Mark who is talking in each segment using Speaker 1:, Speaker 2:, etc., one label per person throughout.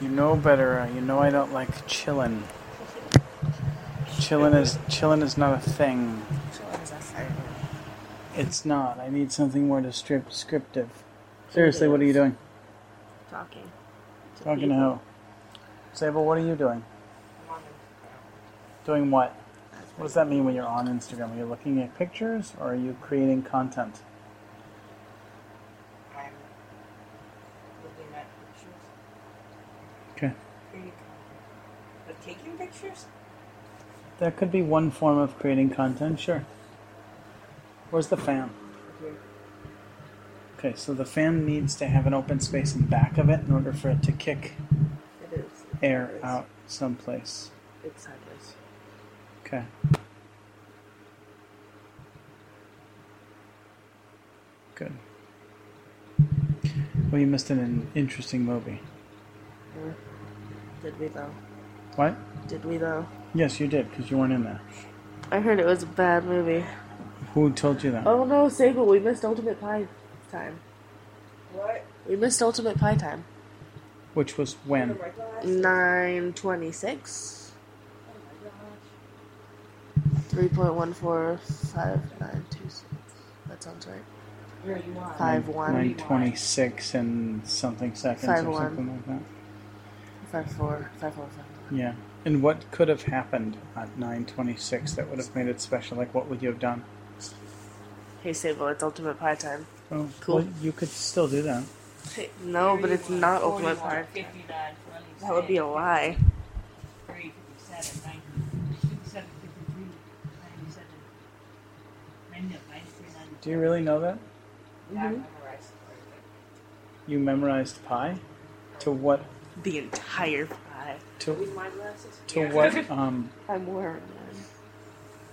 Speaker 1: You know better. uh, You know I don't like chillin'. Chillin' is chillin' is not a thing. It's not. I need something more descrip- descriptive. Seriously, what are you doing?
Speaker 2: Talking.
Speaker 1: Talking to who? Sable, what are you doing? Doing what? What does that mean when you're on Instagram? Are you looking at pictures or are you creating content?
Speaker 3: I'm looking at pictures.
Speaker 1: Okay.
Speaker 3: Pretty cool. But taking pictures?
Speaker 1: That could be one form of creating content, sure. Where's the fan? Okay, so the fan needs to have an open space in back of it in order for it to kick
Speaker 3: It is.
Speaker 1: air out someplace.
Speaker 3: It's sideways.
Speaker 1: Okay. Good. Well, you missed an interesting movie.
Speaker 3: Did we though?
Speaker 1: What?
Speaker 3: Did we though?
Speaker 1: Yes, you did, because you weren't in there.
Speaker 2: I heard it was a bad movie.
Speaker 1: Who told you that?
Speaker 2: Oh no, Sable, we missed Ultimate Pie time.
Speaker 3: What?
Speaker 2: We missed Ultimate Pie time.
Speaker 1: Which was when?
Speaker 2: Nine twenty-six. Three point one four five nine two six. That sounds right.
Speaker 3: Where you want?
Speaker 2: Five one
Speaker 1: 926 and something seconds
Speaker 2: Five
Speaker 1: or
Speaker 2: one.
Speaker 1: something like that.
Speaker 2: five four five four five.
Speaker 1: Yeah. And what could have happened at 926 that would have made it special? Like, what would you have done?
Speaker 2: Hey Sable, it's Ultimate Pie time.
Speaker 1: Oh,
Speaker 2: Cool.
Speaker 1: Well, you could still do that.
Speaker 2: No, but it's not Ultimate Pie. That would be a lie.
Speaker 1: Do you really know that?
Speaker 3: Mhm.
Speaker 1: You memorized pi? To what?
Speaker 2: The entire pie.
Speaker 1: To,
Speaker 3: My glasses?
Speaker 1: to what? Um,
Speaker 2: I'm wearing one.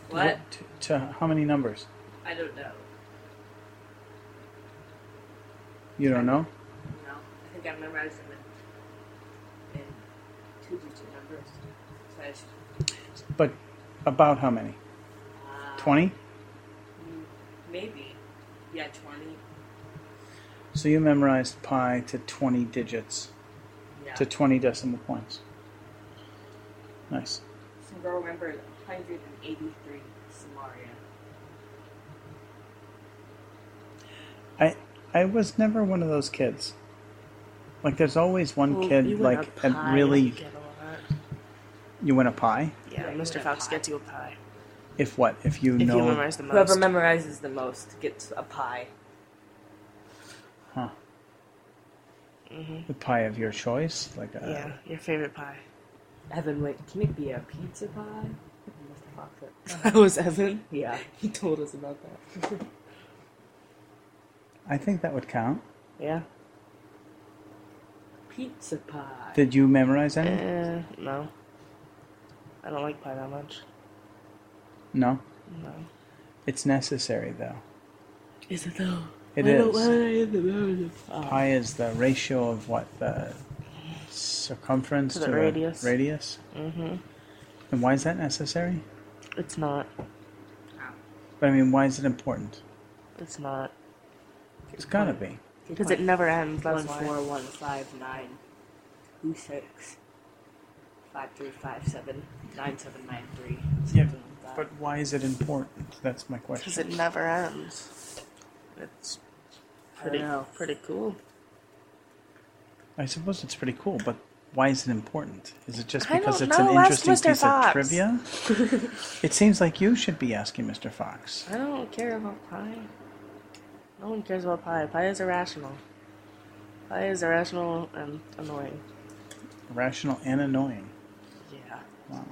Speaker 3: What?
Speaker 1: To, to how many numbers?
Speaker 3: I don't know.
Speaker 1: You don't know?
Speaker 3: No, I think I memorized them in, in two-digit numbers. So I should,
Speaker 1: But about how many?
Speaker 3: uh,
Speaker 1: 20?
Speaker 3: mm, Maybe. Yeah, twenty.
Speaker 1: So you memorized pi to 20 digits,
Speaker 3: Yeah.
Speaker 1: to 20 decimal points. Nice.
Speaker 3: Some girl remembered 183 Samaria.
Speaker 1: I I was never one of those kids. Like there's always one
Speaker 2: Well,
Speaker 1: kid
Speaker 2: you win a
Speaker 1: like that
Speaker 2: pie, you
Speaker 1: really
Speaker 2: get a lot.
Speaker 1: you win a pie.
Speaker 2: Yeah,
Speaker 3: Yeah, you
Speaker 2: Mr.
Speaker 3: win a
Speaker 2: Fox
Speaker 3: pie.
Speaker 2: gets you a pie.
Speaker 1: If what? If you
Speaker 2: If
Speaker 1: know
Speaker 2: you memorize the most.
Speaker 3: Whoever memorizes the most gets a pie.
Speaker 1: huh,
Speaker 2: hmm
Speaker 1: the pie of your choice, like uh, a
Speaker 2: Yeah, your favorite pie.
Speaker 3: Evan, wait, can it be a pizza pie? I must have fucked it.
Speaker 2: That was Evan.
Speaker 3: Yeah.
Speaker 2: He told us about that.
Speaker 1: I think that would count.
Speaker 2: Yeah.
Speaker 3: Pizza pie.
Speaker 1: Did you memorize any?
Speaker 2: Uh, no. I don't like pie that much.
Speaker 1: no.
Speaker 2: No.
Speaker 1: It's necessary though.
Speaker 2: Is it though?
Speaker 1: It
Speaker 2: Why
Speaker 1: is.
Speaker 2: don't- why don't I eat the memory of pie?
Speaker 1: Pi is the ratio of what the circumference
Speaker 2: To
Speaker 1: to,
Speaker 2: the radius.
Speaker 1: radius.
Speaker 2: Mhm.
Speaker 1: And why is that necessary?
Speaker 2: It's not.
Speaker 1: But I mean, why is it important?
Speaker 2: It's not.
Speaker 1: It's gotta be.
Speaker 2: Because it never ends. That's
Speaker 3: One
Speaker 2: why.
Speaker 3: four one five nine two six five three five seven nine seven nine three.
Speaker 1: Yeah,
Speaker 3: something like that.
Speaker 1: But why is it important? That's my question.
Speaker 2: Because it never ends. It's
Speaker 3: I
Speaker 2: pretty
Speaker 3: don't know.
Speaker 2: pretty cool.
Speaker 1: I suppose it's pretty cool, but why is it important? Is it just
Speaker 2: I
Speaker 1: because
Speaker 2: don't
Speaker 1: it's
Speaker 2: know.
Speaker 1: an
Speaker 2: Ask
Speaker 1: interesting
Speaker 2: Mr.
Speaker 1: piece
Speaker 2: Fox.
Speaker 1: of trivia? it seems like you should be asking Mr. Fox.
Speaker 2: I don't care about pie. No one cares about pie. Pie is irrational. Pie is irrational and annoying.
Speaker 1: Rational and annoying.
Speaker 2: Yeah.
Speaker 1: Wow.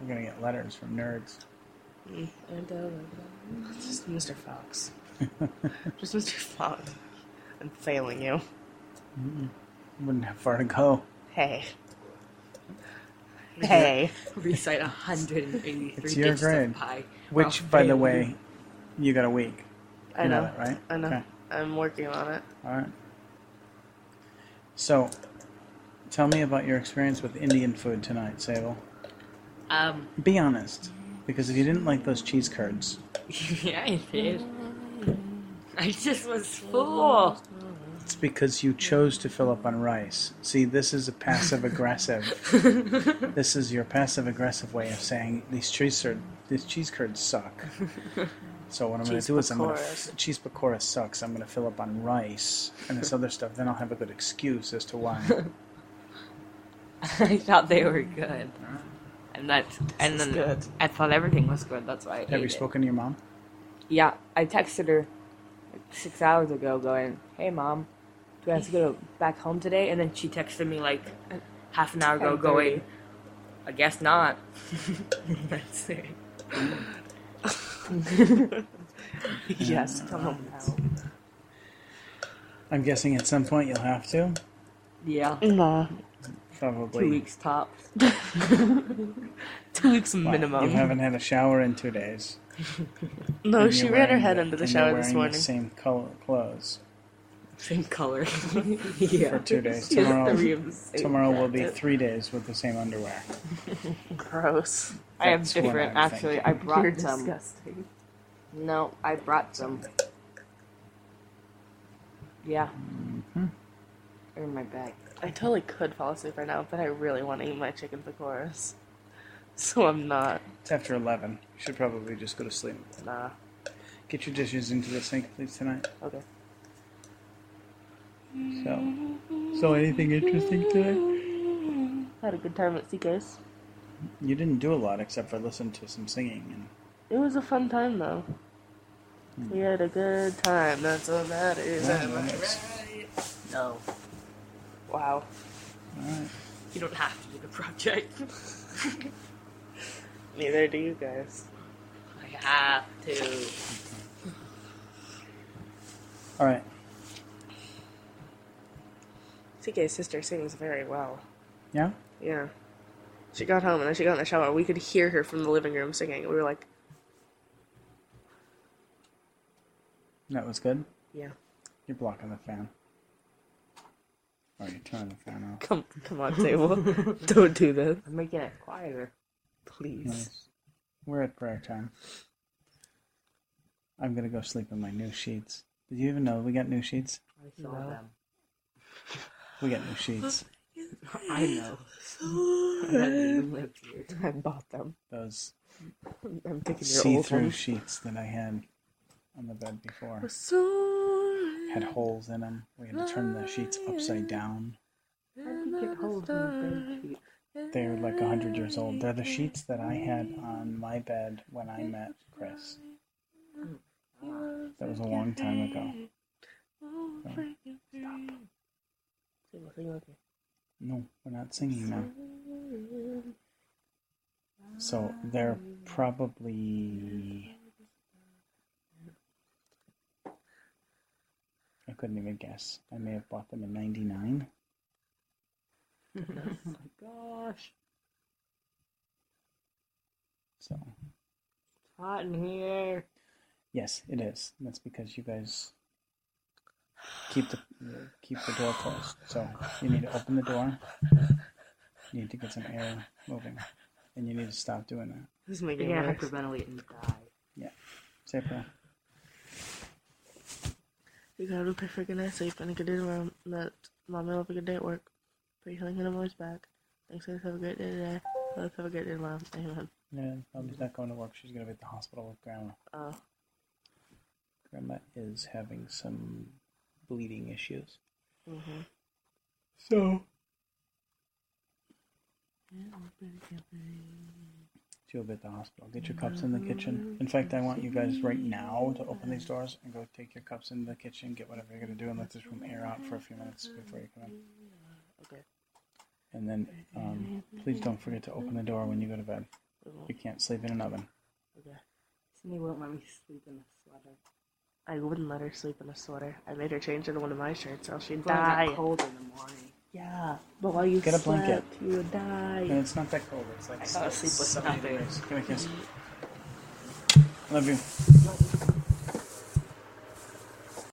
Speaker 1: We're gonna get letters from nerds.
Speaker 2: Mm, And uh, just Mr. Fox. just Mr. Fox. I'm failing you.
Speaker 1: Wouldn't have far to go.
Speaker 2: Hey. Hey.
Speaker 3: Recite 183
Speaker 1: It's your
Speaker 3: digits of
Speaker 1: grade.
Speaker 3: pi.
Speaker 1: Which,
Speaker 3: Well,
Speaker 1: by the
Speaker 3: fail.
Speaker 1: way, you got a week.
Speaker 2: I
Speaker 1: You know
Speaker 2: know.
Speaker 1: that, right?
Speaker 2: I know.
Speaker 1: Okay.
Speaker 2: I'm working on it.
Speaker 1: All right. So, tell me about your experience with Indian food tonight, Sable.
Speaker 3: Um,
Speaker 1: Be honest, because if you didn't like those cheese curds,
Speaker 3: yeah, I did. I just was full.
Speaker 1: It's because you chose to fill up on rice. See, this is a passive aggressive. this is your passive aggressive way of saying these cheese curd, these cheese curds suck. So what I'm going
Speaker 2: Cheese
Speaker 1: to do is I'm going to
Speaker 2: pakoras.
Speaker 1: f- cheese pakora sucks. I'm going to fill up on rice and this other stuff. Then I'll have a good excuse as to why.
Speaker 4: I thought they were good. And that, and
Speaker 2: is
Speaker 4: then
Speaker 2: good.
Speaker 4: I thought everything was good. That's why I
Speaker 1: Have
Speaker 4: ate
Speaker 1: you
Speaker 4: it.
Speaker 1: spoken to your mom?
Speaker 4: Yeah, I texted her like six hours ago, going, "Hey, mom, do I have to go to- back home today?" And then she texted me like half an hour ago,
Speaker 2: 10:30.
Speaker 4: going, "I guess not." That's it.
Speaker 2: yes, come home now.
Speaker 1: I'm guessing at some point you'll have to.
Speaker 4: Yeah,
Speaker 2: Nah.
Speaker 1: Probably.
Speaker 4: two weeks tops.
Speaker 2: Two weeks
Speaker 1: Wow,
Speaker 2: minimum.
Speaker 1: You haven't had a shower in two days.
Speaker 2: no,
Speaker 1: and
Speaker 2: she
Speaker 1: you're
Speaker 2: ran her
Speaker 1: wearing
Speaker 2: head under the
Speaker 1: and you're
Speaker 2: shower
Speaker 1: wearing
Speaker 2: this
Speaker 1: The
Speaker 2: morning.
Speaker 1: same color clothes
Speaker 4: Same color. yeah.
Speaker 1: for two days.
Speaker 4: She has three
Speaker 1: Tomorrow,
Speaker 4: of the same
Speaker 1: tomorrow will be
Speaker 4: jacket.
Speaker 1: three days with the same underwear.
Speaker 2: Gross.
Speaker 4: I am
Speaker 1: That's what
Speaker 4: different.
Speaker 1: I'm
Speaker 4: Actually,
Speaker 1: thinking.
Speaker 4: I brought
Speaker 2: You're
Speaker 4: some.
Speaker 2: disgusting.
Speaker 4: No, I brought some. Yeah.
Speaker 1: Mm-hmm.
Speaker 4: They're in my bag.
Speaker 2: I totally could fall asleep right now, but I really want to eat my chicken pakoras. So I'm not.
Speaker 1: It's after 11. You should probably just go to sleep.
Speaker 2: Nah.
Speaker 1: Get your dishes into the sink, please, tonight.
Speaker 2: Okay.
Speaker 1: So, so anything interesting today?
Speaker 2: Had a good time at CK's.
Speaker 1: You didn't do a lot except for listen to some singing. And
Speaker 2: It was a fun time though.
Speaker 1: Hmm.
Speaker 2: We had a good time. That's all that is.
Speaker 1: Yeah, nice.
Speaker 4: No.
Speaker 2: Wow.
Speaker 1: All right.
Speaker 4: You don't have to do the project.
Speaker 2: Neither do you guys.
Speaker 4: I have to.
Speaker 1: All right.
Speaker 2: CK's sister sings very well.
Speaker 1: Yeah?
Speaker 2: Yeah. She got home and then she got in the shower. We could hear her from the living room singing. We were like,
Speaker 1: That was good?
Speaker 2: yeah.
Speaker 1: You're blocking the fan. Or you're turning the fan off.
Speaker 2: Come come on, table. Don't do that.
Speaker 4: I'm making it quieter.
Speaker 2: Please.
Speaker 1: Nice. We're at prayer time. I'm gonna go sleep in my new sheets. Did you even know we got new sheets?
Speaker 4: I saw
Speaker 2: No.
Speaker 4: them.
Speaker 1: We got new sheets.
Speaker 4: I know. I haven't lived here.
Speaker 2: I bought them.
Speaker 1: Those
Speaker 2: I'm taking your old
Speaker 1: see-through
Speaker 2: one.
Speaker 1: sheets that I had on the bed before
Speaker 2: Sorry.
Speaker 1: had holes in them. We had to turn the sheets upside down.
Speaker 4: How do you get holes in the bed sheet?
Speaker 1: They're like a hundred years old. They're the sheets that I had on my bed when I met Chris. That was a long time ago. No, we're not singing now. So they're probably. I couldn't even guess. I may have bought them in '99.
Speaker 4: Gosh,
Speaker 1: So
Speaker 4: it's hot in here.
Speaker 1: yes, it is. That's because you guys keep the keep the door closed. So you need to open the door. You need to get some air moving, and you need to stop doing that.
Speaker 2: This is
Speaker 4: You're
Speaker 2: making
Speaker 4: gonna
Speaker 2: it
Speaker 4: have to
Speaker 2: worse.
Speaker 4: ventilate and die.
Speaker 1: Say a prayer.
Speaker 2: You gotta pay for good night's sleep and a good day tomorrow. That mom will have a good day at work. Pray healing in a voice back. Thanks guys, have a great day today. Let's have a great day tomorrow. Amen.
Speaker 1: Yeah, Bobby's not going to work. She's going to be at the hospital with Grandma.
Speaker 2: Uh,
Speaker 1: Grandma is having some bleeding issues.
Speaker 2: mhm.
Speaker 1: So she'll be at the hospital. Get your cups in the kitchen. In fact, I want you guys right now to open these doors and go take your cups into the kitchen, get whatever you're going to do, and let this room air out for a few minutes before you come in.
Speaker 2: Okay.
Speaker 1: And then um, please don't forget to open the door when you go to bed.
Speaker 2: We won't.
Speaker 1: You can't sleep in an oven.
Speaker 2: Okay.
Speaker 4: Sydney won't let me sleep in a sweater.
Speaker 2: I wouldn't let her sleep in a sweater. I made her change into one of my shirts, else she'd
Speaker 4: It's gonna get
Speaker 2: die.
Speaker 4: cold in the morning.
Speaker 2: Yeah, but while you
Speaker 1: Get a blanket.
Speaker 2: slept, you would die.
Speaker 1: And it's not that cold. It's like
Speaker 4: I fell asleep with
Speaker 1: 70
Speaker 4: nothing.
Speaker 1: degrees. Give me a kiss. Love you.
Speaker 4: Don't